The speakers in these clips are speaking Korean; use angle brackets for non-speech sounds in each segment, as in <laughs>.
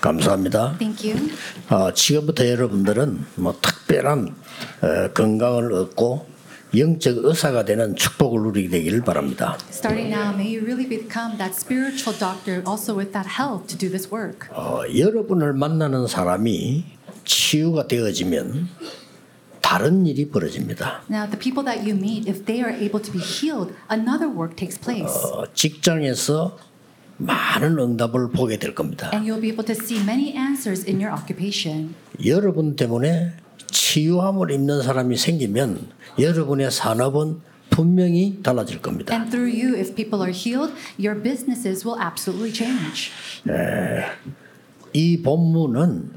감사합니다. Thank you. 아, 지금부터 여러분들은 뭐 특별한 어, 건강을 얻고 영적 의사가 되는 축복을 누리게 되기를 바랍니다. Starting now, may you really become that spiritual doctor, also with that help to do this work. 어, 여러분을 만나는 사람이 치유가 되어지면 다른 일이 벌어집니다. Now, the people that you meet, if they are able to be healed, another work takes place. 어, 직장에서 많은 응답을 보게 될 겁니다. And you'll be able to see many answers in your occupation. 여러분 때문에 치유함을 입는 사람이 생기면 여러분의 산업은 분명히 달라질 겁니다. And through you, if people are healed, your businesses will absolutely change. 이 본문은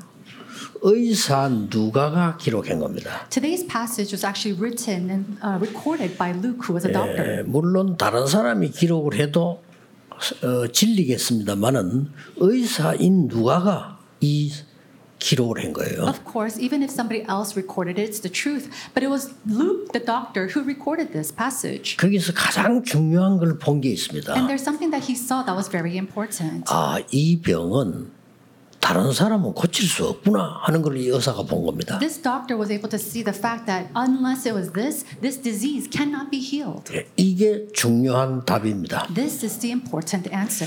의사 누가가 기록한 겁니다. Today's passage was actually written and uh, recorded by Luke, who was a doctor. 에, 예, 물론 다른 사람이 기록을 해도 어, 질리겠습니다만은 의사인 누가가 이 기록을 한 거예요. Of course, even if somebody else recorded it, it's the truth. But it was Luke, the doctor, who recorded this passage. 거기서 가장 중요한 걸 본 게 And 있습니다. there's something that he saw that was very important. 아, 이 병은 다른 사람은 고칠 수 없구나 하는 걸 이 의사가 본 겁니다. This doctor was able to see the fact that unless it was this, this disease cannot be healed. 예, 이게 중요한 답입니다. This is the important answer.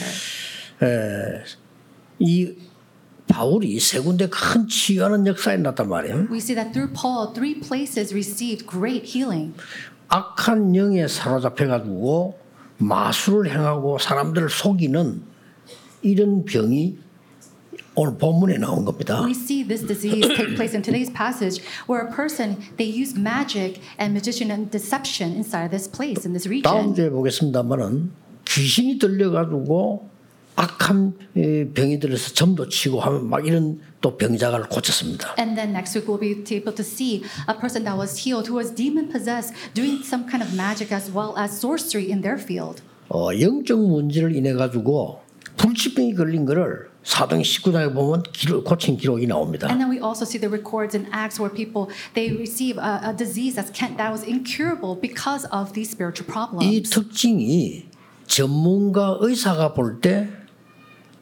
이 바울이 세 군데 큰 치유하는 역사에 났단 말이에요. We see that through Paul, three places received great healing. 악한 영에 사로잡혀가지고 마술을 행하고 사람들을 속이는 이런 병이 오늘 본문에 나온 겁니다. We see this disease take place in today's passage where a person, they use magic and magician and deception inside of this place, in this 다음 region. 주에 보겠습니다만은 귀신이 들려가지고 악한 에, 병이 들려서 점도 치고 하면 막 이런 또 병자가를 고쳤습니다. And then next week, we'll be able to see a person that was healed who was demon possessed doing some kind of magic as well as sorcery in their field. 어, 영적 문제를 인해 가지고 불치병이 걸린 거를 사도행 19장에 보면 기록, 고친 기록이 나옵니다. And then we also see the records in Acts where people they receive a, a disease that's can, that was incurable because of these 이 spiritual problems. 특징이 전문가 의사가 볼 때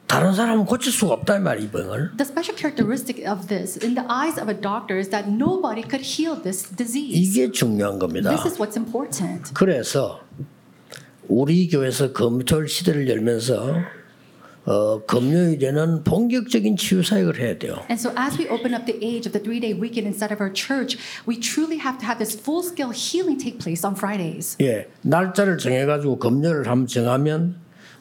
다른 사람은 고칠 수가 없다 이 말이 병을 The special characteristic of this, in the eyes of a doctor, is that nobody could heal this disease. 이게 중요한 겁니다. This is what's important. 그래서 우리 교회에서 검토 시대를 열면서 어, 금요일에는 본격적인 치유 사역을 해야 돼요. And so, as we open up the age of the three day weekend inside of our church, we truly have to have this full scale healing take place on Fridays. 예, 날짜를 정해가지고 금요일을 한번 정하면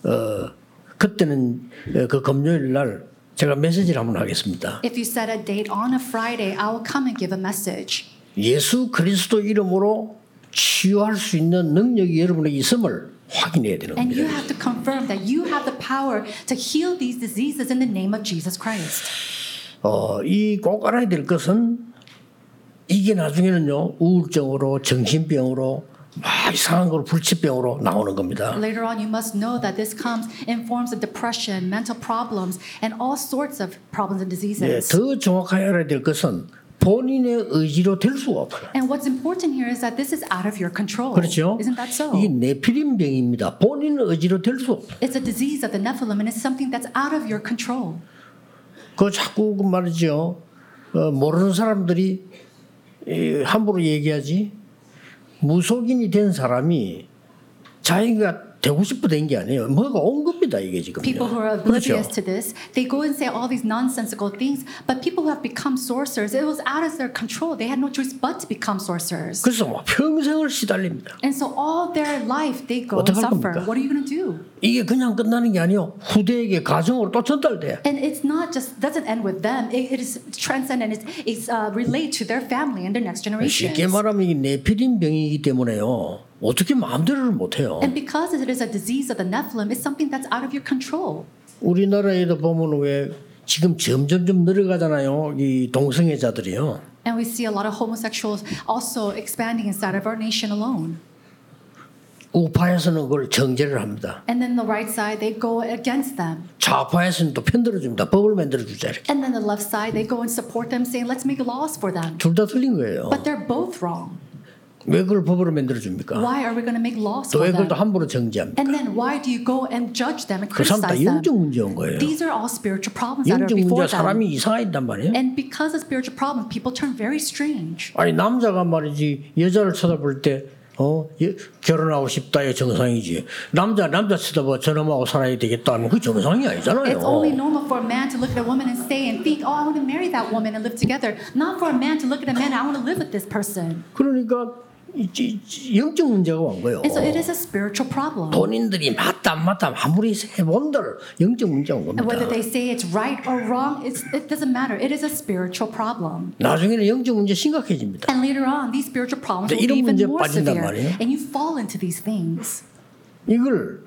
어, 그때는 어, 그 금요일 날 제가 메시지를 한번 하겠습니다. If you set a date on a Friday, I will come and give a message. 예수 그리스도 이름으로 치유할 수 있는 능력이 여러분에게 있음을 확인해야 되는 And you 겁니다. have to confirm that you have the power to heal these diseases in the name of Jesus Christ. 어, 이 꼭 알아야 될 것은 이게 나중에는요 우울증으로 정신병으로 막 이상한 걸 불치병으로 나오는 겁니다. Later on, you must know that this comes in forms of depression, mental problems, and all sorts of problems and 예, diseases. 더 정확하게 알아야 될 것은 본인의 의지로 될 수가 없어요. And what's important here is that this is out of your control. 그렇죠? Isn't that so? 이게 내피림 병입니다. 본인 의지로 될 수 없어요. It's a disease of the Nephilim, and it's something that's out of your control. 그 자꾸 그 말이죠. 어, 모르는 사람들이 이, 함부로 얘기하지. 무속인이 된 사람이 자기가 되고 싶어 된 게 아니에요. 뭐가 온 겁니다 이게 그렇죠? 지금. People who are oblivious to this, they go and say all these nonsensical things, but people who have become sorcerers, it was out of their control. They had no choice but to become sorcerers. 그래서 뭐 평생을 시달립니다. And so all their life, they go and 어떡할 suffer. 겁니까? What are you going to do? 이게 그냥 끝나는 게 아니요. 후대에게 가정으로 또 전달돼. And it's not just doesn't end with them. It, it is transcend and it's, it's uh, relate to their family and their next generation. 쉽게 말하면 이게 내피림 병이기 때문에요. 어떻게 마음대로를 못해요. And because it is a disease of the Nephilim, it's something that's out of your control. 우리나라에도 보면 왜 지금 점점점 늘어가잖아요. 이 동성애자들이요. And we see a lot of homosexuals also expanding inside of our nation alone. 우파에서는 그걸 정제를 합니다. And then the right side, they go against them. 좌파에서는 또 편들어줍니다. 법을 만들어주자 이렇게. And then the left side, they go and support them, saying, let's make laws for them. 둘 다 틀린 거예요. But they're both wrong. 왜 그걸 법으로 만들어 줍니까? Why are we going to make laws 또 왜 그걸 for 또 them? 함부로 정지합니까? And then why do you go and judge them and 그 사람 다 criticize them? 영적 문제인 거예요. These are all spiritual problems that are 영적 문제가 before them. 사람이 이상하단 말이에요. And because of spiritual problems, people turn very strange. 아니 남자가 말이지 여자를 쳐다볼 때 어, 예, 결혼하고 싶다의 정상이지. 남자 남자 쳐다봐 저놈하고 살아야 되겠다 하면 그게 정상이 아니잖아요. It's only normal for a man to look at a woman and say and think, oh, I want to marry that woman and live together. Not for a man to look at a man, I want to live with this person. 그러니까 이- 이- 이 영적 문제가 온 거예요. And so it is a spiritual problem. 본인들이 맞다 안 맞다 아무리 해본들 영적 문제가 온 And whether 겁니다. they say it's right or wrong, it's, it doesn't matter. It is a spiritual problem. 나중에는 영적 문제 심각해집니다. And later on, these spiritual problems will 근데 be 이런 even 문제에 more 빠진단 severe. 말이에요. And you fall into these things. 이걸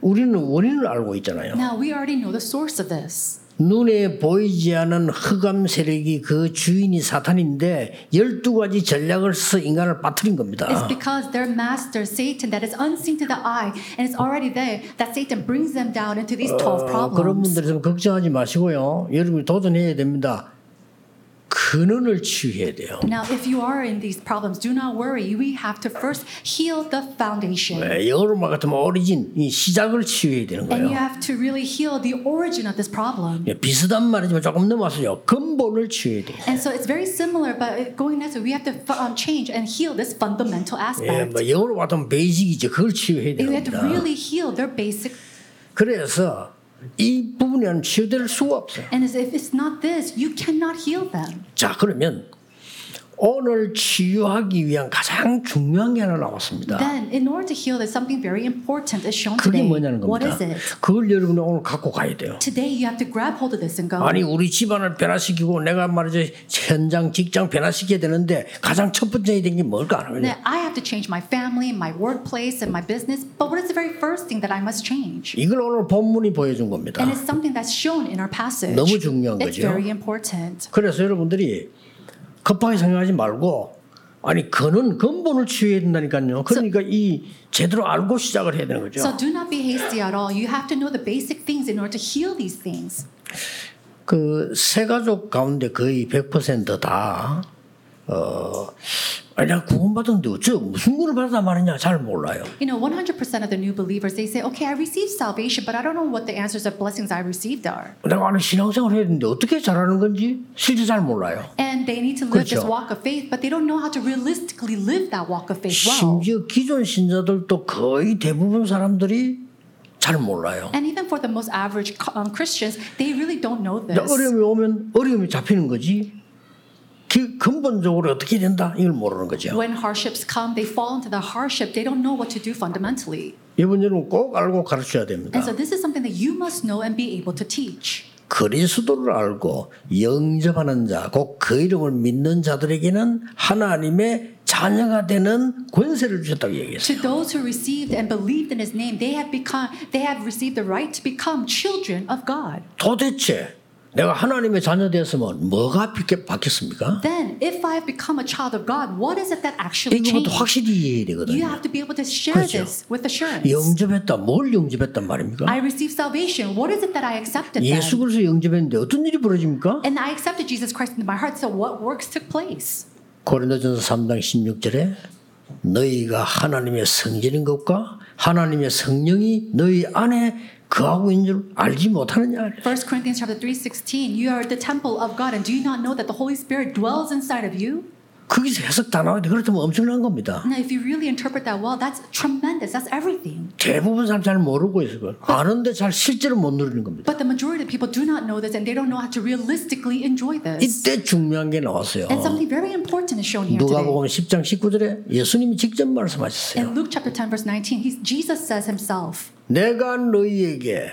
우리는 원인을 알고 있잖아요. Now, we already know the source of this. 눈에 보이지 않은 흑암 세력이 그 주인이 사탄인데 12가지 전략을 써 인간을 빠뜨린 It's 겁니다. because their master, Satan, that is unseen to the eye, and it's already there that Satan brings them down into these 12 어, Uh, 그런 problems. 분들은 걱정하지 마시고요. 여러분이 도전해야 됩니다. 근원을 치유해야 돼요. Now, if you are in these problems, do not worry. We have to first heal the foundation. 네, 영어로 말 같으면 오리진, 이 시작을 치유해야 되는 거예요. And you have to really heal the origin of this problem. 예, 비슷한 말이지만 조금 넘어서요. 근본을 치유해야 돼요. And so it's very similar, but it- going next, we have to fu- um, change and heal this fundamental 예, aspect. 뭐 영어로 말하면 베이직이죠. 그걸 치유해야 And 되는 we have to 겁니다. really heal their basic. 그래서 이 부분이 안 치유될 수가 없어요. And as if it's not this, you cannot heal them. 자 그러면 오늘 치유하기 위한 가장 중요한 게 하나 나왔습니다. Then, in order to heal this, something very important is shown 그게 today. 뭐냐는 What 겁니다. is it? 그걸 여러분이 오늘 갖고 가야 돼요. Today, you have to grab hold of this and go. 아니 우리 집안을 변화시키고 내가 말이지 현장 직장 변화시켜야 되는데 가장 첫 번째 해야 되는 게 뭘까 하면 That I have to change my family, my workplace, and my business. But what is the very first thing that I must change? 이걸 오늘 본문이 보여준 And 겁니다. it's something that's shown in our passage. 너무 중요한 It's 거죠. very important. 그래서 여러분들이 급하게 생각하지 말고 아니 그는 근본을 치유해야 된다니까요. 그러니까 이 제대로 알고 시작을 해야 되는 거죠. So do not be hasty at all. You have to know the basic things in order to heal these things. 그세 가족 가운데 거의 100%다 어, 아니 내가 구원받았는데 어째 무슨 구원을 받았다 말이냐 잘 몰라요. You know, 100% of the new believers, they say, okay, I received salvation, but I don't know what the answers of blessings I received are. 내가 아는 신앙생활 해야 되는데 어떻게 잘하는 건지 실제 잘 몰라요. And they need to live this 그렇죠. walk of faith, but they don't know how to realistically live that walk of faith well. 심지어 기존 신자들도 거의 대부분 사람들이 잘 몰라요. And even for the most average um, Christians, they really don't know 근데 this. 어려움이 오면 어려움이 잡히는 거지. 그 근본적으로 어떻게 된다 이걸 모르는 거죠. When hardships come, they fall into the hardship. They don't know what to do fundamentally. 이번 여러분 꼭 알고 가르쳐야 됩니다. And so this is something that you must know and be able to teach. 그리스도를 알고 영접하는 자, 곧 그 이름을 믿는 자들에게는 하나님의 자녀가 되는 권세를 주셨다고 얘기했어요. To those who received and believed in his name, they have become they have received the right to become children of God. 도대체 내가 하나님의 자녀 되었으면 뭐가 바뀌- 바뀌었습니까? Then, if I have become a child of God, what is it that actually 이것부터 changed? 확실히 이해해야 You 되거든요. have to be able to share 그렇죠. this with assurance. 영접했다. 뭘 영접했단 말입니까? I received salvation. What is it that I accepted then? 예수 그리스도 영접했는데 어떤 일이 벌어집니까? And I accepted Jesus Christ into my heart. So what works took place? 고린도전서 3장 16절에 너희가 하나님의 성전인 것과 하나님의 성령이 너희 안에 거하고 있는 줄 알지 못하느냐 1 Corinthians chapter 3:16 You are the temple of God and do you not know that the Holy Spirit dwells inside of you? 거기서 해석 다 나와야 돼. 그렇다면 엄청난 겁니다. Now if you really interpret that well, that's tremendous. That's everything. 대부분 사람 잘 모르고 있어요. 그걸. 아는데 잘 실제로 못 누리는 겁니다. But the majority of people do not know this and they don't know how to realistically enjoy this. 이때 중요한 게 나왔어요. And something very important is shown here 누가 today. 보면 10장 19절에 예수님이 직접 말씀하셨어요. In Luke chapter 10 verse 19, he's, Jesus says himself, 내가 너희에게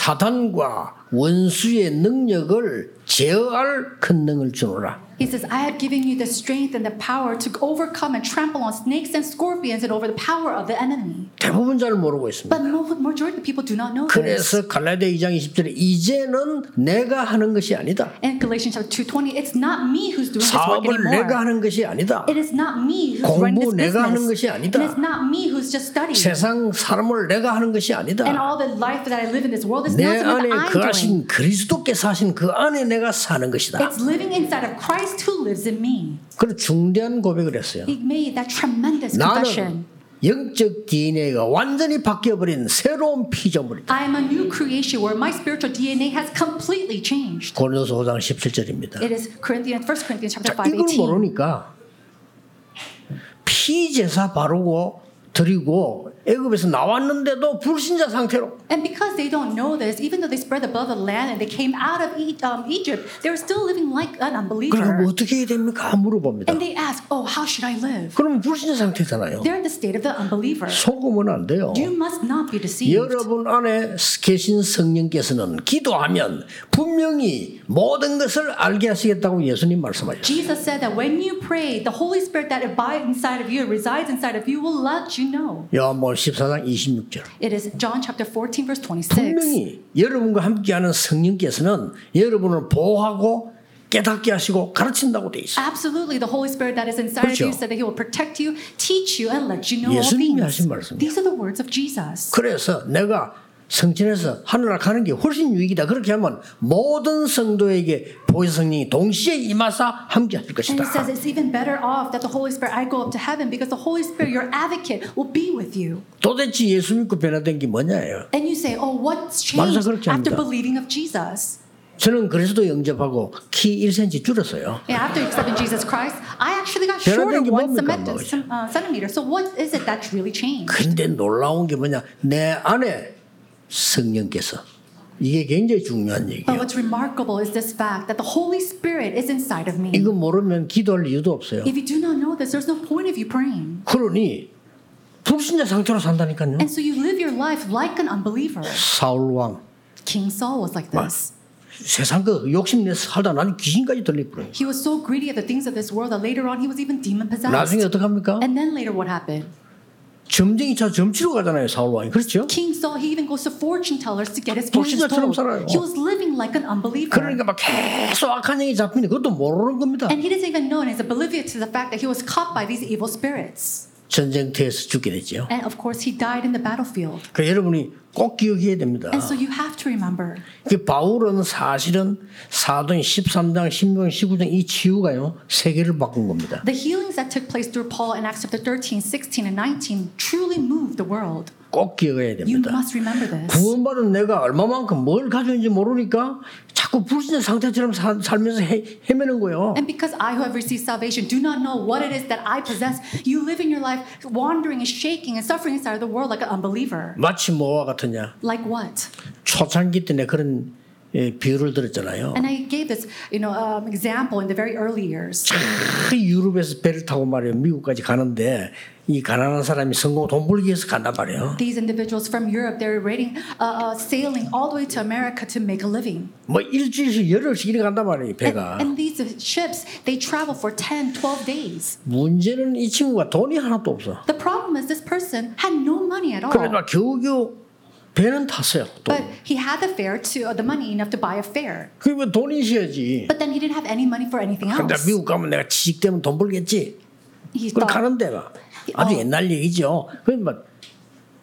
사단과 원수의 능력을 제어할 권능을 주노라. he says, I have given you the strength and the power to overcome and trample on snakes and scorpions and over the power of the enemy. 대부분 잘 모르고 있습니다. But mo- majority of people do not know this. 그래서 갈라디아 2장 20절에 이제는 내가 하는 것이 아니다. In Galatians chapter 2:20, it's not me who's doing this work 사업을 내가 anymore. 하는 것이 아니다. It is not me who's 공부 running this 내가 하는 business. 것이 아니다. And it's not me who's just studying. 세상 사람을 내가 하는 것이 And 아니다. all the life that I live in this world is 내 not something 안에 그 that I'm 그하신 doing. 그리스도께서 하신 그 안에 내가 사는 것이다. It's living inside of Christ Christ who lives in me. 그런 중대한 고백을 했어요. He made that tremendous 나는 confession. 영적 DNA가 완전히 바뀌어버린 새로운 피조물이다. I am a new creation where my spiritual DNA has completely changed. 고린도서 5장 17절입니다. It is Corinthians, 1 Corinthians chapter 자, 5, 이걸 18. 모르니까 피제사 바르고 드리고 애굽에서 나왔는데도 불신자 상태로 And because they don't know this, even though they spread above the land and they came out of E- um, Egypt, they're still living like an 그럼 unbeliever. 어떻게 해야 됩니까? 물어봅니다. And they ask, oh, how should I live? 그러면 불신자 상태잖아요. They're in the state of the unbeliever. 속으면 안 돼요. You must not be deceived. 여러분 안에 계신 성령께서는 기도하면 분명히 모든 것을 알게 하시겠다고 예수님 말씀하셨어요. Jesus said that when you pray, the Holy Spirit that abides inside of you, resides inside of you, will let you know. 요한복음 14장 26절. It is John chapter 14, verse 26. 분명히 여러분과 함께하는 성령께서는 여러분을 보호하고 깨닫게 하시고 가르친다고 돼 있어요. Absolutely, the Holy Spirit that is inside of you 그렇죠. said that He will protect you, teach you, and let you know all 예수님이 하신 things. 말씀이에요. These are the words of Jesus. 그래서 내가 성전에서 하늘나라 가는 게 훨씬 유익이다. 그렇게 하면 모든 성도에게 보혜사 성령이 동시에 임하사 함께 하실 And it says 것이다. it's even better off that the Holy Spirit, I go up to heaven because the Holy Spirit, your advocate, will be with you. 도대체 예수 믿고 변화된 게 뭐냐예요. And you say, Oh, what's 맞아, changed 그렇게 after 합니다. believing of Jesus? 저는 그리스도 영접하고 키 1cm 줄었어요. Yeah, after accepting Jesus Christ, I actually 변화된 got shorter 게 one 뭡니까, cement- 뭐죠? cem- uh, centimeter. So, what is it that's really changed? 근데 놀라운 게 뭐냐? 내 안에 성령께서 이게 굉장히 중요한 But 얘기예요. what's remarkable is this fact that the Holy Spirit is inside of me. 이거 모르면 기도할 이유도 없어요. If you do not know this, there's no point of you praying. 그러니 불신자 상태로 산다니까요. And so you live your life like an unbeliever. 사울 왕 King Saul was like this. 세상 그 욕심 내서 살다 나는 귀신까지 들리버려요. He was so greedy of the things of this world that later on he was even demon 나중에 possessed. 어떡합니까? And then later, what happened? 점쟁이 차 점치러 가잖아요, 사울 왕이. 그렇죠? King Saul, he even goes to fortune tellers to get his fortunes 불신자처럼 told. 살아요. He was living like an unbeliever. 그러니까 막 계속 악한 영이 잡히는데 그것도 모르는 겁니다. <laughs> And he doesn't even know and is oblivious to the fact that he was caught by these evil spirits. 전쟁터에서 죽게 됐죠. And of course, he died in the battlefield. 그 여러분이 꼭 기억해야 됩니다. And so you have to remember 그 바울은 사실은 사도행 13장, 16장, 19장 이 치유가요 세계를 바꾼 겁니다. the healings that took place through Paul in Acts chapter 13, 16, and 19 truly moved the world. 꼭 기억해야 You 됩니다. must remember this. 구원받은 내가 얼마만큼 뭘 가졌는지 모르니까 자꾸 불신의 상태처럼 사- 살면서 헤, 헤매는 거예요. And because I who have received salvation do not know what it is that I possess, you live in your life wandering and shaking and suffering inside of the world like an unbeliever. 마치 뭐와 같으냐? Like what? Oh. 초창기 때 내 그런 예, 비유를 들었잖아요. And I gave this, you know, um, example in the very early years. 그 유럽에서 배를 타고 말이에요. 미국까지 가는데 이 가난한 사람이 성공 돈 벌기 위해서 간단 말이에요. These individuals from Europe, they're raiding, uh, uh, sailing all the way to America to make a living. 뭐 일주일씩 열흘씩 이래 간단 말이에요. And, 배가. and these ships, they travel for 10, 12 days. 문제는 이 친구가 돈이 하나도 없어. The problem is this person had no money at all. 그래도 겨우겨우 배는 탔어요. 돈. But he had the fare to uh, the money enough to buy a fare. 그러면 돈이 있어야지. But then he didn't have any money for anything 근데 else. 미국 가면 내가 취직되면 돈 벌겠지. He 그걸 thought, 가는 데가 아주 어. 옛날 얘기죠. 그러니까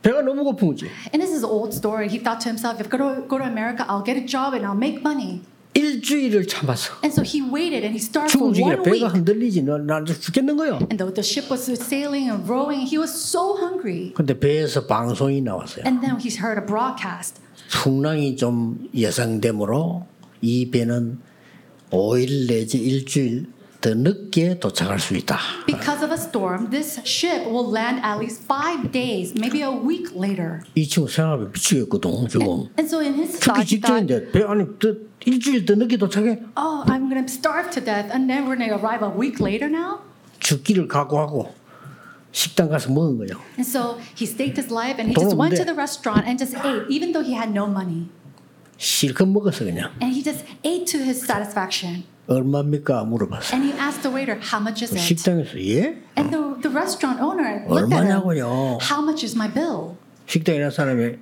배가 너무 고픈 거지. and this is an old story. He thought to himself, if I go to, go to America, I'll get a job and I'll make money. 일주일을 참았어. And so he waited and he starved 죽은 for 중이야. one week. 배가 흔들리지. 나나 죽겠는 거요. And though the ship was sailing and rowing, he was so hungry. 근데 배에서 방송이 나왔어요. And then he heard a broadcast. 풍랑이 좀 예상되므로 이 배는 5일 내지 일주일 더 늦게 도착할 수 있다. Because of a storm, this ship will land at least five days, maybe a week later. 이 친구 생각하면 미치겠거든 지금. And so in his thought, 죽기 he thought, 직전인데 배 안에 더- 일주일 더 늦게 도착해 oh, I'm going to starve to death and then we're going to arrive a week later now? 죽기를 각오하고 식당 가서 먹은 거예요. And so he staked his life and he just went to the restaurant and just ate, even though he had no money. 실컷 먹었어 그냥. And he just ate to his satisfaction. 얼마입니까 물어봤어요. And he asked the waiter, how much is it? 식당에서 예? And the, the restaurant owner looked at him, 얼마냐고요? how much is my bill? 식당에 있는 사람이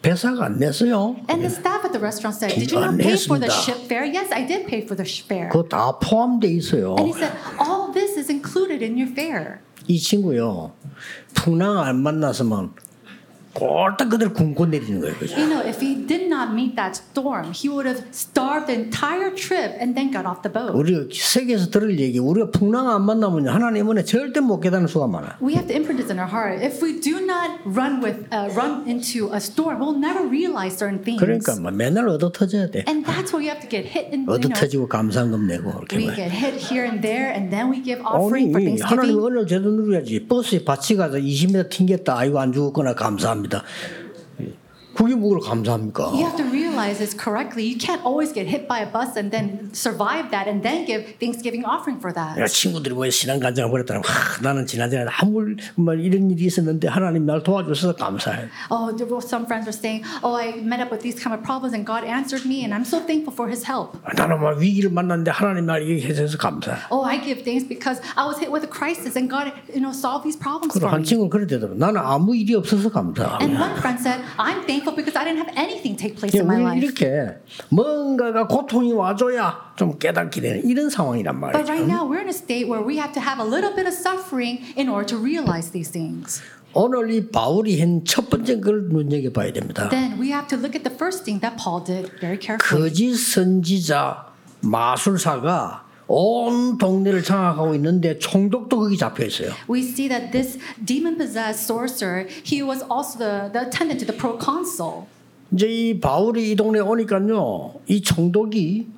배사가 안 냈어요. And the staff at the restaurant said, Did you not pay for the ship fare? Yes, I did pay for the sh- fare. 그거 다 포함돼 있어요. And he said, All this is included in your fare. 이 친구요 풍랑 안 만났으면 You know, if he did not meet that storm, he would have starved the entire trip and then got off the boat. 우리가 세계에서 들을 얘기 우리가 풍랑 안 만나면 하나님 은혜 절대 못 깨닫는 수가 많아. We have to imprint this in our heart. If we do not run with, uh, run into a storm, we'll never realize certain things. 그러니까 뭐 맨날 얻어 터져야 돼. And that's where you have to get hit in. You 얻어 know, 터지고 감상금 내고 이렇게 we 뭐. get hit here and there, and then we give offering for 아니 하나님 Thanksgiving. 은혜를 제대로 누려야지. 버스에 밭이 가서 20m 튕겼다. 아이고 안 죽었구나 감사합니다. 그게 뭐를 감사합니까? You have to realize this correctly. You can't always get hit by a bus and then survive that, and then give Thanksgiving offering for that. 내가 친구들이 왜 신앙 간증을 버렸더라. 하, 나는 지난주에 아무 일- 정말 뭐 이런 일이 있었는데 하나님 날 도와주셔서 감사해. Oh, there were some friends were saying, "Oh, I met up with these kind of problems, and God answered me, and I'm so thankful for His help." 나는 막 위기를 만났는데 하나님 날 이렇게 해줘서 감사해. Oh, I give thanks because I was hit with a crisis, and God, you know, solved these problems 그리고 for 한 me. 친구는 그래 되더라. 나는 아무 일이 없어서 감사. And one friend said, "I'm thankful because I didn't have anything take place in 우리 my life." 이렇게 뭔가가 고통이 와줘야 좀 깨닫게 되는 이런 상황이란 말이죠. But right now, we're in a state where we have to have a little bit of suffering in order to realize these things. 오늘 이 바울이 한 첫 번째 걸 눈여겨봐야 됩니다. Then we have to look at the first thing that Paul did very carefully. 거짓 선지자 마술사가 온 동네를 장악하고 있는데 총독도 거기 잡혀 있어요. We see that this demon possessed sorcerer, he was also the, the attendant to the proconsul. 이제 이 바울이 이 동네에 오니까요, 이 총독이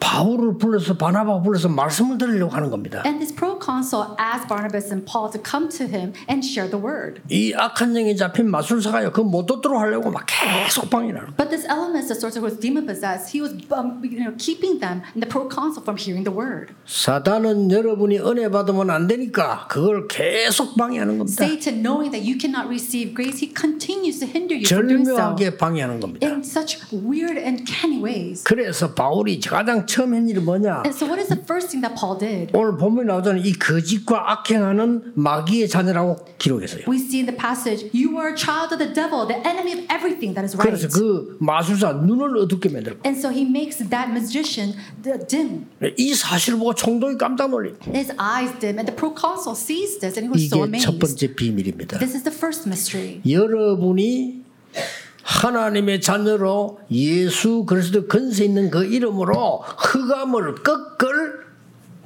바울을 불러서 바나바 불러서 말씀을 들으려고 하는 겁니다. And this proconsul asked Barnabas and Paul to come to him and share the word. 이 악한 영에 잡힌 마술사가요, 그못 듣도록 하려고 막 계속 방해를 하는. But this element, the sorcerer who was demon possessed, he was um, you know, keeping them and the proconsul from hearing the word. 사단은 여러분이 은혜 받으면 안 되니까 그걸 계속 방해하는 겁니다. Satan, knowing that you cannot receive grace, he continues to hinder you from doing so 절묘하게 방해하는 겁니다. in such weird and canny ways. 그래서 바울이 가장 처음 한 일이 뭐냐? And so, what is the first thing that Paul did? 오늘 본문에 나오잖아요. 이 거짓과 악행하는 마귀의 자녀라고 기록했어요. We see in the passage, you are a child of the devil, the enemy of everything that is right. 그래서 그 마술사 눈을 어둡게 만들고 And so he makes that magician d- dim, 이 사실을 보고 총독이 깜짝 놀리. his eyes dim, and the proconsul sees this and he was so 이게 첫 번째 amazed. 비밀입니다. This is the first mystery. 여러분이 하나님의 자녀로 예수 그리스도 근세 있는 그 이름으로 흑암을 꺾을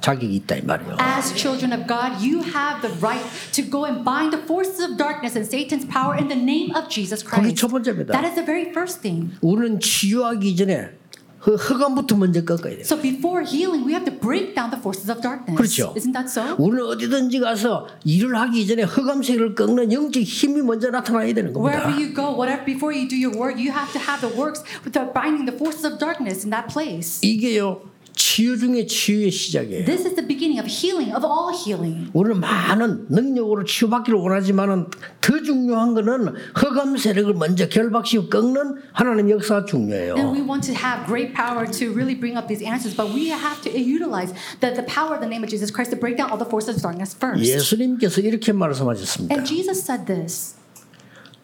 자격이 있다 이 말이에요. As children of God, you have the right to go and bind the forces of darkness and Satan's power in the name of Jesus 그게 Christ. 첫 번째입니다. That is the very first thing. 우리는 치유하기 전에 그 흑암부터 먼저 꺾어야 돼요. So before healing, we have to break down the forces of darkness. 그렇죠. Isn't that so? 우리는 어디든지 가서 일을 하기 전에 흑암 세계를 꺾는 영적 힘이 먼저 나타나야 되는 Wherever 겁니다. you go, whatever before you do your work, you have to have the works without binding the forces of darkness in that place. 이게요 치유 중에 치유의 시작이에요. This is the beginning of healing, of all healing. 우리는 많은 능력으로 치유받기를 원하지만은 더 중요한 거는 흑암 세력을 먼저 결박시키고 꺾는 하나님 역사가 And 중요해요. we want to have great power to really bring up these answers, but we have to utilize the, the power of the name of Jesus Christ to break down all the forces of darkness first. 예수님께서 이렇게 말씀하셨습니다. And Jesus said this.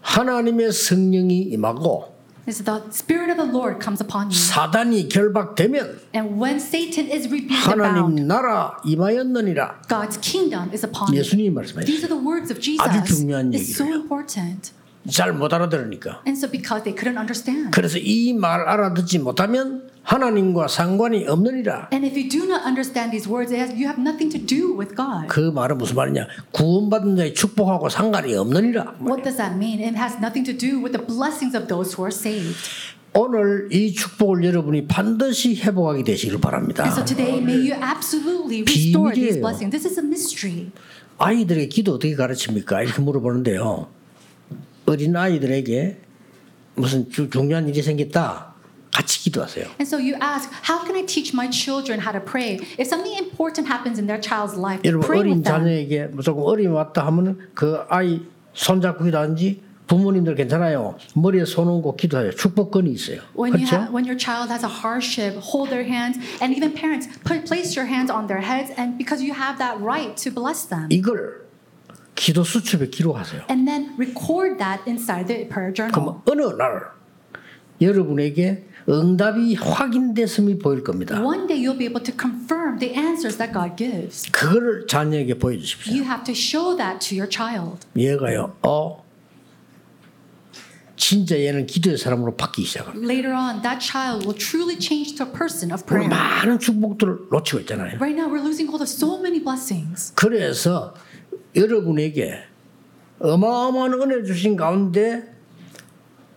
하나님의 성령이 임하고 This is the Spirit of the Lord comes upon you. 사단이 결박되면 And when Satan is rebuked and bound, 하나님 나라 임하였느니라. God's kingdom is upon you. 예수님이 말씀하셨어요. These are the words of 아주 Jesus. 중요한 It's so 얘기예요. important. 잘 못 알아들으니까. And so because they couldn't understand. 그래서 이 말 알아듣지 못하면 하나님과 상관이 없느니라. And if you do not understand these words, it has, you have nothing to do with God. 그 말은 무슨 말이냐? 구원받은 자의 축복하고 상관이 없느니라. What does that mean? It has nothing to do with the blessings of those who are saved. 오늘 이 축복을 여러분이 반드시 회복하게 되시길 And so 바랍니다. today, may you absolutely restore these 비밀이에요. blessings. This is a mystery. 아이들에게 기도 어떻게 가르칩니까? 이렇게 물어보는데요. 어린 아이들에게 무슨 주- 중요한 일이 생겼다. 같이 기도하세요. And so you ask, how can I teach my children how to pray? If something important happens in their child's life, 여러분 pray 어린 with them. 자녀에게 무조건 어린이 왔다 하면 그 아이 손잡고 기도하는지 부모님들 괜찮아요. 머리에 손 얹고 기도해요. 축복권이 있어요. When, you ha- 그렇죠? when your child has a hardship, hold their hands, and even parents, put, place your hands on their heads, and because you have that right to bless them. 이걸 기도 수첩에 기록하세요. And then record that inside the prayer journal. 그럼 어느 날 여러분에게 응답이 확인됐음이 보일 겁니다. One day you'll be able to confirm the answers that God gives. 그거를 자녀에게 보여주십시오. You have to show that to your child. 얘가요. 어 진짜 얘는 기도의 사람으로 바뀌기 시작합니다. Later on, that child will truly change to a person of 그리고 prayer. 많은 축복들을 놓치고 있잖아요. Right now, we're losing hold of so many blessings. 그래서 여러분에게 어마어마한 은혜 주신 가운데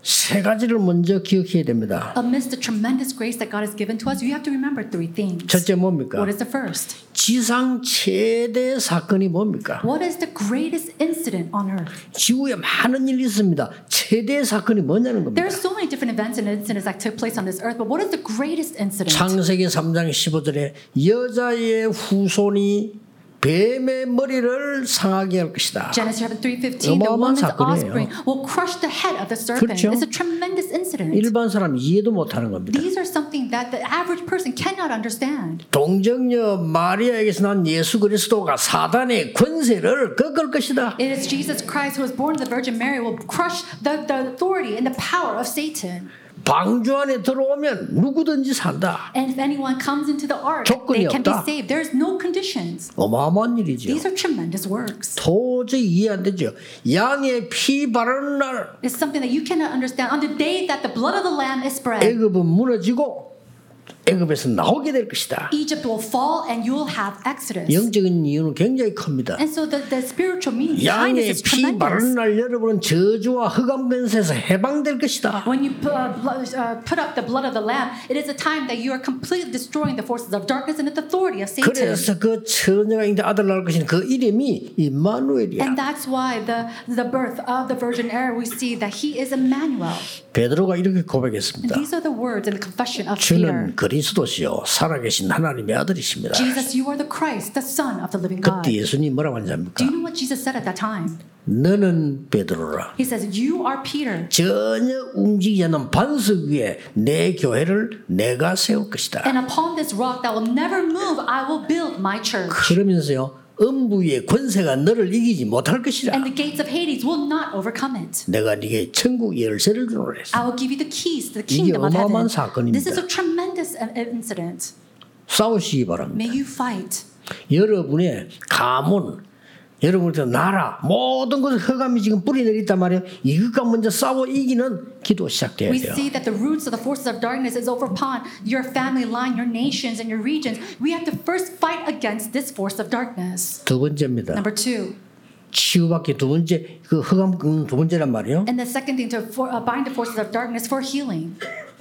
세 가지를 먼저 기억해야 됩니다. Amidst the tremendous grace that God has given to us, you have to remember three things. 첫째 뭡니까? What is the first? 지상 최대 사건이 뭡니까? What is the greatest incident on earth? 지구에 많은 일이 있습니다. 최대 사건이 뭐냐는 겁니다. There are so many different events and incidents that took place on this earth, but what is the greatest incident? 창세기 3장 15절에 여자의 후손이 뱀의 머리를 상하게 할 것이다. Genesis chapter 3:15, the 어마어마한 woman's 사건이에요. offspring will crush the head of the serpent. 그렇죠. It's a tremendous incident. 일반 사람 이해도 못하는 겁니다. These are something that the average person cannot understand. 동정녀 마리아에게서 난 예수 그리스도가 사단의 권세를 꺾을 것이다. It is Jesus Christ who was born of the Virgin Mary will crush the, the authority and the power of Satan. 방주 안에 들어오면 누구든지 산다. And if anyone comes into the ark, they 조건이 can be 없다. saved. There's no conditions. 어마어마한 일이죠. These are tremendous works. 도저히 이해 안 되죠. 양의 피 바르는 날 It's something that you cannot understand. On the day that the blood of the Lamb is spread, 애굽은 무너지고 애굽에서 나오게 될 것이다. Egypt will fall and you will have Exodus. 영적인 이유는 굉장히 큽니다. And so the, the spiritual meaning behind 양의 this is 피 tremendous. 바른 날 여러분은 저주와 흑암 근세에서 해방될 것이다. When you put, uh, blo- uh, put up the blood of the Lamb, it is a time that you are completely destroying the forces of darkness and the authority of Satan. 그래서 그 처녀가 잉태 아들 낳을 것인 그 이름이 임마누엘이야. And that's why the, the birth of the Virgin Mary, we see that he is Emmanuel. 베드로가 이렇게 고백했습니다. These are the words in the confession of Peter. 주는 그리스도시요 살아계신 하나님의 아들이십니다. Jesus, you are the Christ, the Son of the living God. 그때 Do 예수님 뭐라고 하는지 you 압니까? know what Jesus said at that time? 너는 베드로라. He says, You are Peter, 전혀 움직이지 않는 반석 위에 내 교회를 내가 세울 것이다. and upon this rock that will never move, I will build my church. 그러면서요 음부의 권세가 너를 이기지 못할 And 것이라. the gates of Hades will not overcome it. 내가 네게 천국 열쇠를 주노라 했어. I will give you the keys to the 이게 kingdom of 어마어마한 heaven. 사건입니다. This is a tremendous uh, incident. 싸우시기 바랍니다. May you fight. 여러분의 가문, 여러분의 나라 모든 것에 흑암이 지금 뿌리 내리단 말이에요. 이것과 먼저 싸워 이기는 기도 시작돼야 We 돼요. see that the roots of the forces of darkness is over upon your family line, your nations, and your regions. We have to first fight against this force of darkness. 두 번째입니다. Number two. 치유받기 두 번째 그 흑암 긁는 두 번째란 말이에요. And the second thing to for, uh, bind the forces of darkness for healing.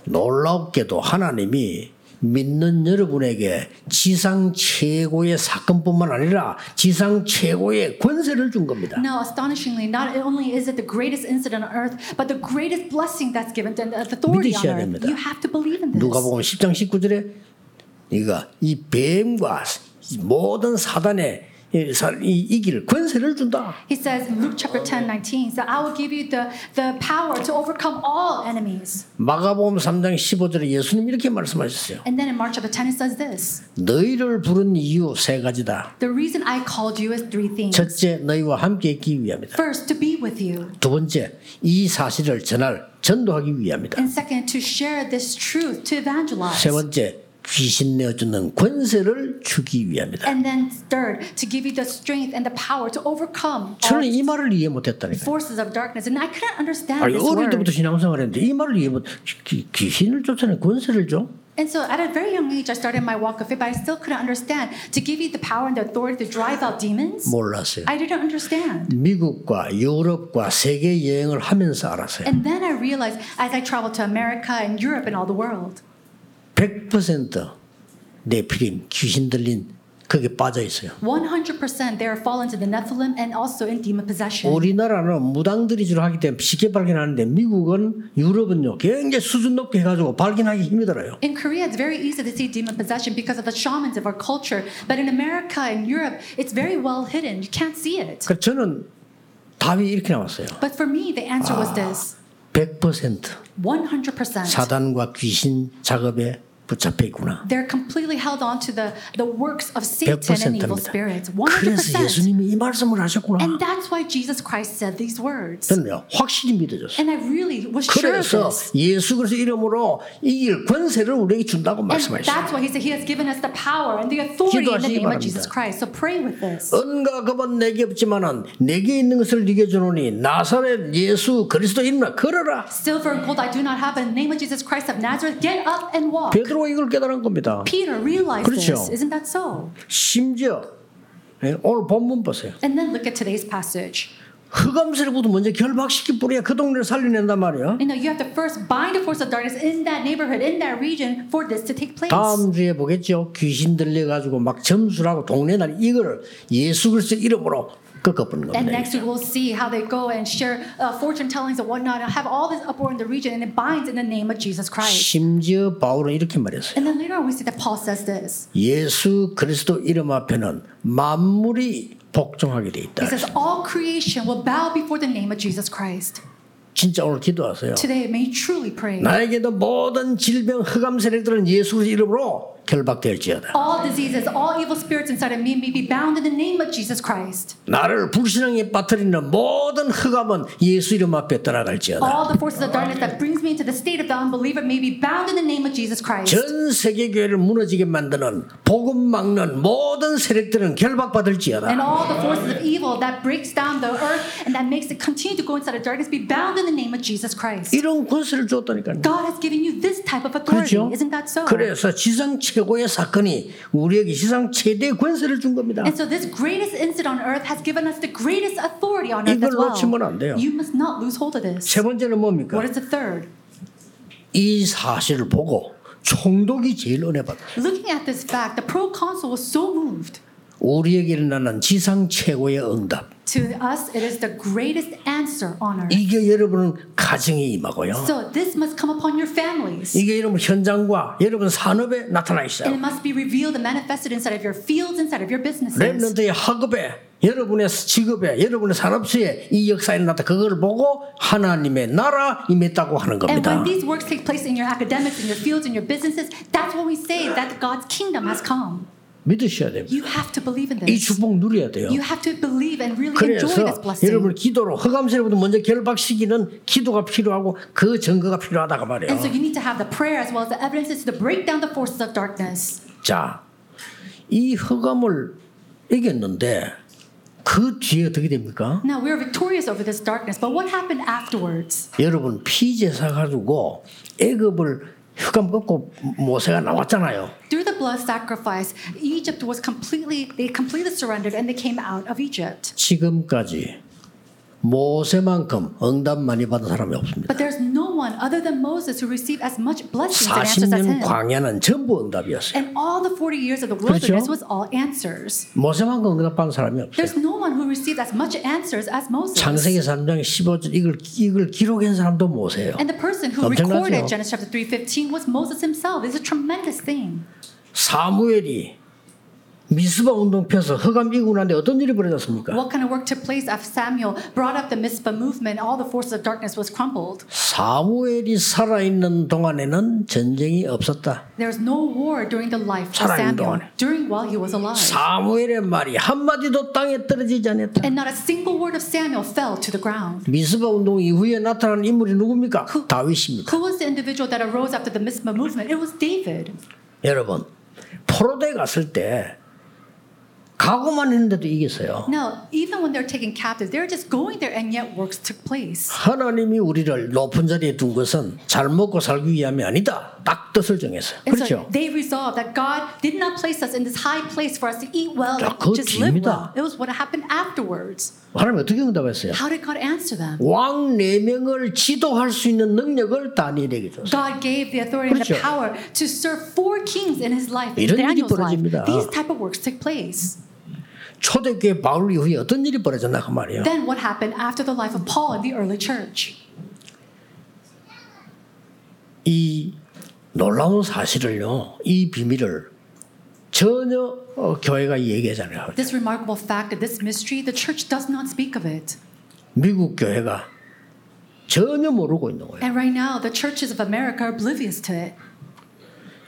놀랍게도 하나님이 믿는 여러분에게 지상 최고의 사건뿐만 아니라 지상 최고의 권세를 준 겁니다. Now, astonishingly, not only is it the greatest incident on earth, but the greatest blessing that's given to the authority on 믿으셔야 earth. 됩니다. You have to believe in 누가 this. 보면 10장 19절에 이가 이 뱀과 이 모든 사단의 이 사- 이- 이길 권세를 준다. He says in Luke chapter 10, 19, so I will give you the, the power to overcome all enemies. 마가복음 3장 15절에 예수님 이렇게 말씀하셨어요. And then in Mark chapter 10, it says this 너희를 부른 이유 세 가지다. The reason I called you is three things. 첫째, 너희와 함께 있기 위함이다. First, to be with you. 두 번째, 이 사실을 전할 전도하기 위함이다. And second, to share this truth, to evangelize. 세 번째, 귀신 내어주는 권세를 주기 위함이다. And then third, to give you the strength and the power to overcome all 저는 이 말을 이해 못했다니까. forces of darkness. And I couldn't understand 아니 this 어릴 때부터 word. 신앙생활했는데 이 말을 이해 못. 귀- 귀신을 쫓아내 권세를 줘? And so at a very young age, I started my walk of faith, but I still couldn't understand. To give you the power and the authority to drive out demons? 몰랐어요. I didn't understand. 미국과 유럽과 세계 여행을 하면서 알았어요. And then I realized as I traveled to America and Europe and all the world, 100%내 필임 귀신 들린 거기에 빠져 있어요. 100% they are fallen to the Nephilim and also in demon possession. 우리나라는 무당들이 주로 하기 때문에 쉽게 발견하는데 미국은 유럽은요 굉장히 수준 높게 해가지고 발견하기 힘들어요. In Korea, it's very easy to see demon possession because of the shamans of our culture. But in America and Europe, it's very well hidden. You can't see it. 그러니까 저는 답이 이렇게 나왔어요. But for me, the answer was this 100% 100%. 사단과 귀신 작업에 붙잡혀 있구나. They're completely held on to the, the works of Satan and 100%입니다. evil spirits. 그래서 100%. 예수님이 이 말씀을 하셨구나. And that's why Jesus Christ said these words. 저는 확실히 믿어졌어요. And I really was sure of 그래서 this. 예수 그리스도 이름으로 이길 권세를 우리에게 준다고 And 말씀하셨어요. that's why he said he has given us the power and the authority in the 기도하시기 name 바랍니다. of Jesus Christ. So pray with this. 은과 금은 내게 없지만은 내게 있는 것을 네게 주노니 나사렛 예수 그리스도 이름으로 걸어라. Silver and gold I do not have, but in the name of Jesus Christ of Nazareth, get up and walk. 베드로가 이걸 깨달은 겁니다. Peter realized 그렇죠. this. Isn't that so? 심지어 예, 오늘 본문 보세요. And then look at today's passage. 흑암세력부터 먼저 결박시킬 뿌려야 그 동네를 살려낸단 말이야. You know, you have to first bind the force of darkness in that neighborhood, in that region, for this to take place. 다음 주에 보겠죠. 귀신 들려가지고 막 점수라고 동네 날 이거를 예수 그리스도 이름으로 꺾어버린 And 겁니다. next, we will see how they go and share uh, fortune tellings and whatnot, and have all this uproar in the region, and it binds in the name of Jesus Christ. 심지어 바울은 이렇게 말했어요. And then later on, we see that Paul says this. 예수 그리스도 이름 앞에는 만물이 복종하게 돼 있다. He says, All creation will bow before the name of Jesus Christ. 진짜 오늘 기도하세요. Today, may you truly pray. 나에게도 모든 질병 흑암 세력들은 예수 그리스도 이름으로 결박될지어다. All diseases, all evil spirits inside of me may be bound in the name of Jesus Christ. 나를 불신앙에 빠뜨리는 모든 흑암은 예수 이름 앞에 떠나갈지어다. All the forces of darkness that brings me into the state of the unbeliever may be bound in the name of Jesus Christ. 전 세계 교회를 무너지게 만드는 복음 막는 모든 세력들은 결박받을지어다. And all the forces of evil that breaks down the earth and that makes it continue to go inside of darkness be bound in the name of Jesus Christ. 이런 권세를 줬다니까요. God has given you this type of authority. 그렇죠? Isn't that so? 그래서 지상 최고의 사건이 우리에게 지상 최대의 권세를 준 겁니다. And so this greatest incident on earth has given us the greatest authority on earth 이걸 as 놓치면 well. 안 돼요. You must not lose hold of this. 세 번째는 뭡니까? What is the third? 이 사실을 보고 총독이 제일 은혜 받았어요. Looking at this fact, the proconsul was so moved. 우리에게 일어나는 지상 최고의 응답. To us, it is the greatest answer on earth. 이게 여러분은 가정에 임하고요. So this must come upon your families. 이게 여러분 현장과 여러분 산업에 나타나 And it 있어요. must be revealed and manifested inside of your fields, inside of your businesses. 랩런트의 학업에 여러분의 직업에 여러분의 산업수에 이 역사에 나타 그걸 보고 하나님의 나라 임했다고 하는 And when 겁니다. these works take place in your academics, in your fields, in your businesses, that's when we say that God's kingdom has come. 믿으셔야 됩니다. You have to believe in 이 this. 축복 누려야 돼요. You have to believe and really enjoy this 그래서 여러분 blessing. 기도로 흑암세로부터 먼저 결박시키는 기도가 필요하고 그 증거가 필요하다고 And so 말해요. you need to have the prayer as well as the evidences to break down the forces of darkness. 자, 이 흑암을 이겼는데 그 뒤에 어떻게 됩니까? Now we are victorious over this darkness, but what happened afterwards? 여러분 피 제사 가지고 애굽을 흑암 꺾고 모세가 나왔잖아요. Through the blood sacrifice, Egypt was completely they completely surrendered and they came out of Egypt. 지금까지 모세만큼 응답 많이 받은 사람이 없습니다. But there's no one other than Moses who received as much blessings and answers as him. 40년 광야는 전부 응답이었어요. And all the 40 years of the wilderness 그렇죠? was all answers. 모세만큼 응답받은 사람이 없어요. There's no one who received as much answers as Moses. 창세기 3장 15절 이걸 이걸 기록한 사람도 모세예요. And the person who 엄청나죠? recorded Genesis chapter 3:15 was Moses himself. It's a tremendous thing. 사무엘이 미스바 운동 펴서 흑암 이고 난데 어떤 일이 벌어졌습니까? What kind of work took place after Samuel brought up the Mizpah movement? All the forces of darkness was crumbled. 사무엘이 살아있는 동안에는 전쟁이 없었다. There was no war during the life of 살아있는 Samuel, 동안에. during while he was alive. 사무엘의 말이 한마디도 땅에 떨어지지 않았다. And not a single word of Samuel fell to the ground. 미스바 운동 이후에 나타난 인물이 누굽니까? 그 다윗입니다. Who was the individual that arose after the Mizpah movement? It was David. 여러분 포로대 갔을 때 각오만 했는데도 이겼어요. Now, even when they're taken captive, they're just going there, and yet works took place. 하나님이 우리를 높은 자리에 둔 것은 잘 먹고 살기 위함이 아니다. 딱 뜻을 정했어요. And so 그렇죠? they resolved that God did not place us in this high place for us to eat well 자, and 그 just live 뒤입니다. well. It was what happened afterwards. 하나님 어떻게 응답했어요? How did God answer them? 왕 네 명을 지도할 수 있는 능력을 다니엘에게 줬어요. God gave the authority and the 그렇죠. power to serve four kings in his life, in 이런 일이 Daniel's 벌어집니다. life. These type of works took place. 초대교회 바울 이후에 어떤 일이 벌어졌나 그 말이에요. Then what happened after the life of Paul in the early church? 이 놀라운 사실을요, 이 비밀을 전혀 어, 교회가 얘기하잖아요. This remarkable fact, this mystery, the church does not speak of it. 미국 교회가 전혀 모르고 있는 거예요. And right now, the churches of America are oblivious to it.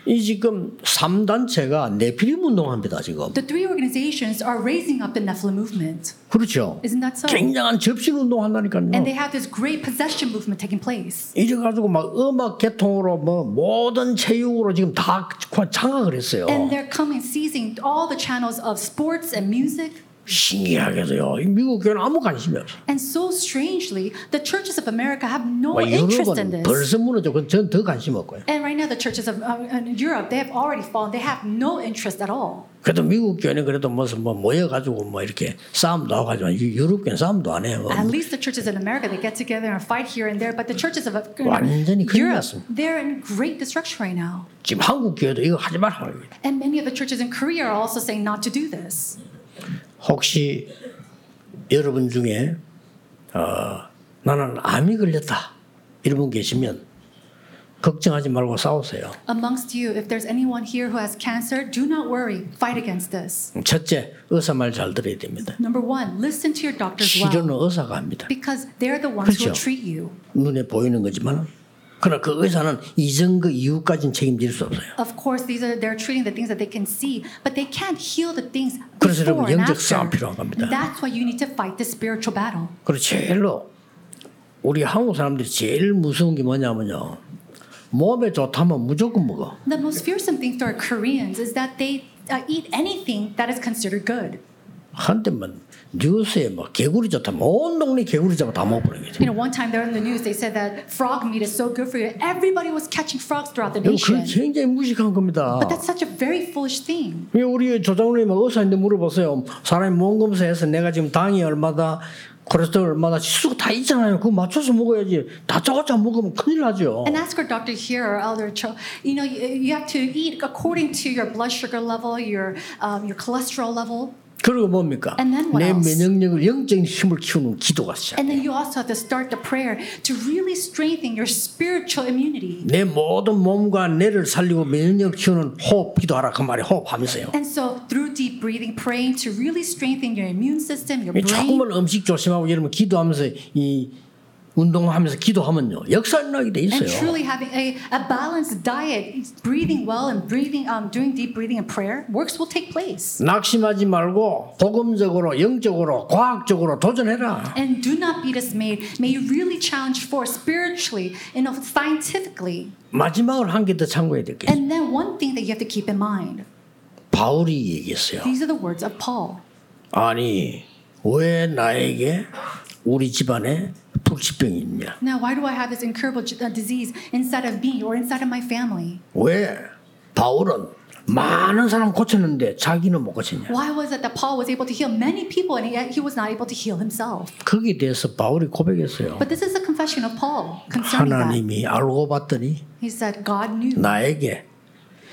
이 지금 3단체가 내피림 운동합니다, 지금. The three organizations are raising up the Nephilim movement, 그렇죠. isn't that so? 굉장한 접신 운동 한다니까요. And they have this great possession movement taking place. 이래가지고 막 음악 계통으로 뭐 모든 체육으로 지금 다 장악을 했어요. And they're coming, seizing all the channels of sports and music. 신기하게도요. 이 미국 교회는 아무 관심이 없어. And so strangely, the churches of America have no 막 interest 유럽은 in this. 벌써 무너졌고 저는 더 관심 없고요. And right now, the churches of uh, in Europe, they have already fallen. They have no interest at all. 그래도 미국 교회는 그래도 무슨 뭐 모여가지고 뭐 이렇게 싸움도 하고 하지만 유- 유럽 교회는 싸움도 안 해요. At least the churches in America, they get together and fight here and there. But the churches of uh, 완전히 큰일 Europe, 났습니다. they're in great destruction right now. 지금 한국 교회도 이거 하지 말라고 해요. And many of the churches in Korea are also saying not to do this. 혹시 여러분 중에 어, 나는 암이 걸렸다 이런 분 계시면 걱정하지 말고 싸우세요. Amongst you, if there's anyone here who has cancer, do not worry. Fight against this. 첫째 의사 말 잘 들어야 됩니다. Number one, listen to your doctors well. 치료는 의사가 합니다. Because they're the ones who 그렇죠. will treat you. 눈에 보이는 거지만 그러나 그 의사는 이전 그 이후까지는 책임질 수 없어요. Of course, these are they're treating the things that they can see, but they can't heal the things 그래서 여러분, before and 영적 after. 싸움 필요한 겁니다. That's why you need to fight the spiritual battle. 그리고 제일로 우리 한국 사람들이 제일 무서운 게 뭐냐면요. 몸에 좋다면 무조건 먹어. The most fearsome thing to our Koreans is that they uh, eat anything that is considered good. 한때만 뉴스에 막 개구리 좋다면 온 동네 개구리 잡아 다 먹어버리는 거죠. You know, one time they were in the news, they said that frog meat is so good for you. Everybody was catching frogs throughout the 여러분, 그게 nation. 굉장히 무식한 겁니다. But that's such a very foolish thing. 왜 우리 조장님이 의사인데 물어보세요. 사람이 몸 검사해서 내가 지금 당이 얼마다 콜레스테롤 얼마다 지수가 다 있잖아요. 그거 맞춰서 먹어야지. 다 짜고짜 먹으면 큰일 나죠. And ask our doctor here or elder, cho- you know, you, you have to eat according to your blood sugar level, your um, your cholesterol level. 그리고 뭡니까? And then what 내 else? 면역력을 영적인 힘을 키우는 기도가 시작. And then you also have to start the prayer to really strengthen your spiritual immunity. 내 모든 몸과 뇌를 살리고 면역력 키우는 호흡 기도하라 그 말이 호흡하면서요. And so through deep breathing, praying to really strengthen your immune system, your 이 brain. 정말 음식 조심하고 여러분 기도하면서 이 운동하면서 기도하면요 역사나게 돼 And 있어요. truly having a, a balanced diet, breathing well and breathing, um, doing deep breathing and prayer, works will take place. 낙심하지 말고 복음적으로 영적으로 과학적으로 도전해라. And do not be dismayed. May you really challenge for spiritually and of- scientifically. 마지막으로 한 개 더 참고해야 될게 And then one thing that you have to keep in mind. 바울이 얘기했어요. These are the words of Paul. 아니 왜 나에게 우리 집안에 불치병이 있냐? Now, why do I have this incurable j- uh, disease inside of me or inside of my family? 왜 바울은 많은 사람 고쳤는데 자기는 못 고쳤냐? Why was it that Paul was able to heal many people and yet he was not able to heal himself? 거기에 대해서 바울이 고백했어요. But this is a confession of Paul concerning that. 하나님이 알고 봤더니 He said, God knew 나에게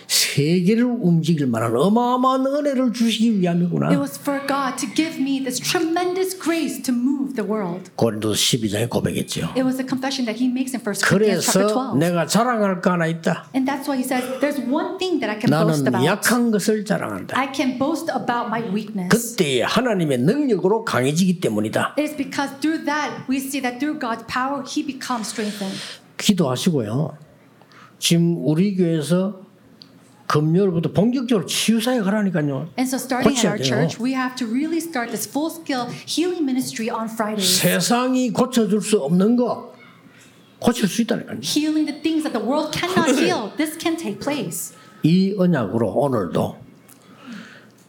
세계를 움직일 만한 어마어마한 은혜를 주시기 it 위함이구나. was for God to give me this tremendous grace to move the world. 고린도 12장에 고백했죠. It was a confession that he makes in 1 Corinthians chapter 그래서 12. 내가 자랑할 거 하나 있다. And that's why he says, There's one thing that I can boast 나는 about. 약한 것을 자랑한다. I can boast about my weakness. 그때 하나님의 능력으로 강해지기 때문이다. It's because through that, we see that through God's power, he becomes strengthened. 기도하시고요. 지금 우리 교회에서 금요일부터 본격적으로 치유사역 하라니까요. And so, starting at 고쳐야 our 돼요. church, we have to really start this full scale healing ministry on Fridays. 세상이 고쳐줄 수 없는 거 고칠 수 있다니까요. healing the things that the world cannot heal. This can take place. 이 언약으로 오늘도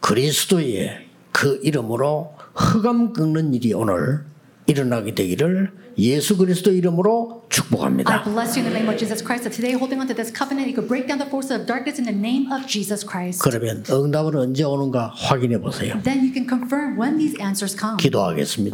그리스도의 그 이름으로 흑암 끊는 일이 오늘 일어나게 되기를 예수 그리스도 이름으로 I 축복합니다. bless you in the name of Jesus Christ. That today, holding on to this covenant, you could break down the forces of darkness in the name of Jesus Christ. 그러면 응답은 언제 오는가 확인해 보세요. Then you can confirm when these answers come. Let us pray.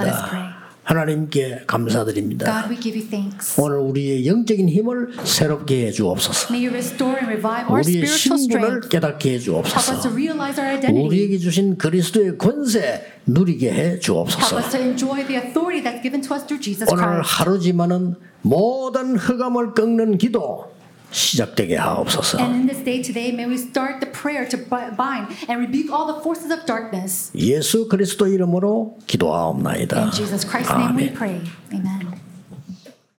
기도하겠습니다. 하나님께 감사드립니다. God, we give you thanks. 오늘 우리의 영적인 힘을 새롭게 해 주옵소서. May you restore and revive our 우리의 spiritual 신분을 strength. 깨닫게 해 Help us to 주옵소서. realize our identity. 우리에게 주신 그리스도의 권세 누리게 해 Help 주옵소서. us to enjoy the authority that's given to us through Jesus 오늘 Christ. 하루지만은 모든 흑암을 꺾는 기도 시작되게 하옵소서. And in this day today, may we start the prayer to bi- bind and rebuke all the forces of darkness. 예수 그리스도 이름으로 In 기도하옵나이다. Jesus Christ's name we 아멘. pray. Amen.